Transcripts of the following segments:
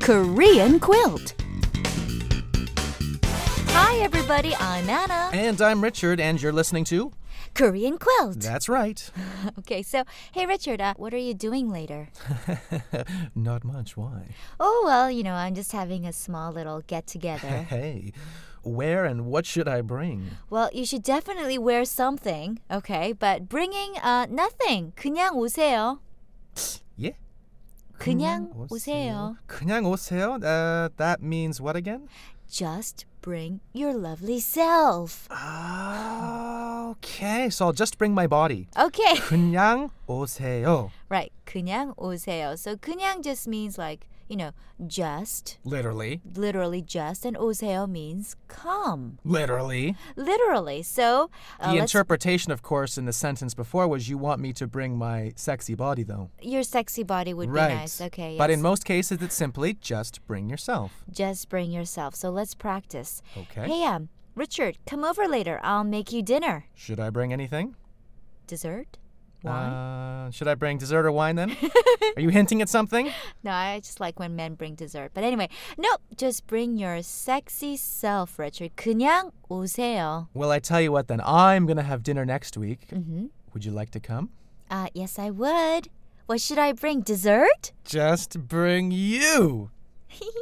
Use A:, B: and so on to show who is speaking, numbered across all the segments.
A: Korean Quilt. Hi, everybody. I'm Anna.
B: And I'm Richard, and you're listening to.
A: Korean Quilt.
B: That's right.
A: Okay, so, hey, Richard, uh, what are you doing later?
B: Not much. Why?
A: Oh, well, you know, I'm just having a small little get together.
B: Hey, where and what should I bring?
A: well, you should definitely wear something, okay? But bringing uh, nothing. 그냥 오세요.
B: Yeah.
A: 그냥 오세요.
B: 그냥 오세요. Uh, that means what again?
A: Just bring your lovely self.
B: Okay, so I'll just bring my body.
A: Okay.
B: 그냥 오세요.
A: Right. 그냥 오세요. So 그냥 just means like, you know, just,
B: Literally.
A: literally just, and 오세요 means come.
B: Literally.
A: Literally. So uh,
B: the
A: let's-
B: interpretation, of course, in the sentence before was you want me to bring my sexy body, though.
A: your sexy body would
B: right.
A: be nice. Okay.
B: But
A: yes.
B: in most cases, it's simply just bring yourself.
A: just bring yourself. So let's practice.
B: Okay.
A: Hey, um, Richard, come over later. I'll make you dinner.
B: Should I bring anything?
A: Dessert? Wine?
B: Uh, should I bring dessert or wine then? Are you hinting at something?
A: no, I just like when men bring dessert. But anyway, nope. Just bring your sexy self, Richard. 그냥 오세요.
B: Well, I tell you what then. I'm going to have dinner next week.
A: Mm-hmm.
B: Would you like to come?
A: Uh, yes, I would. What should I bring? Dessert?
B: Just bring you.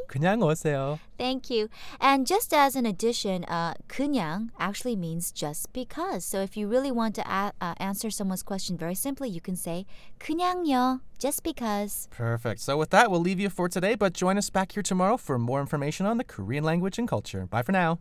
B: 그냥 오세요.
A: Thank you. And just as an addition, uh, 그냥 actually means just because. So if you really want to a- uh, answer someone's question very simply, you can say 그냥요, just because.
B: Perfect. So with that, we'll leave you for today, but join us back here tomorrow for more information on the Korean language and culture. Bye for now.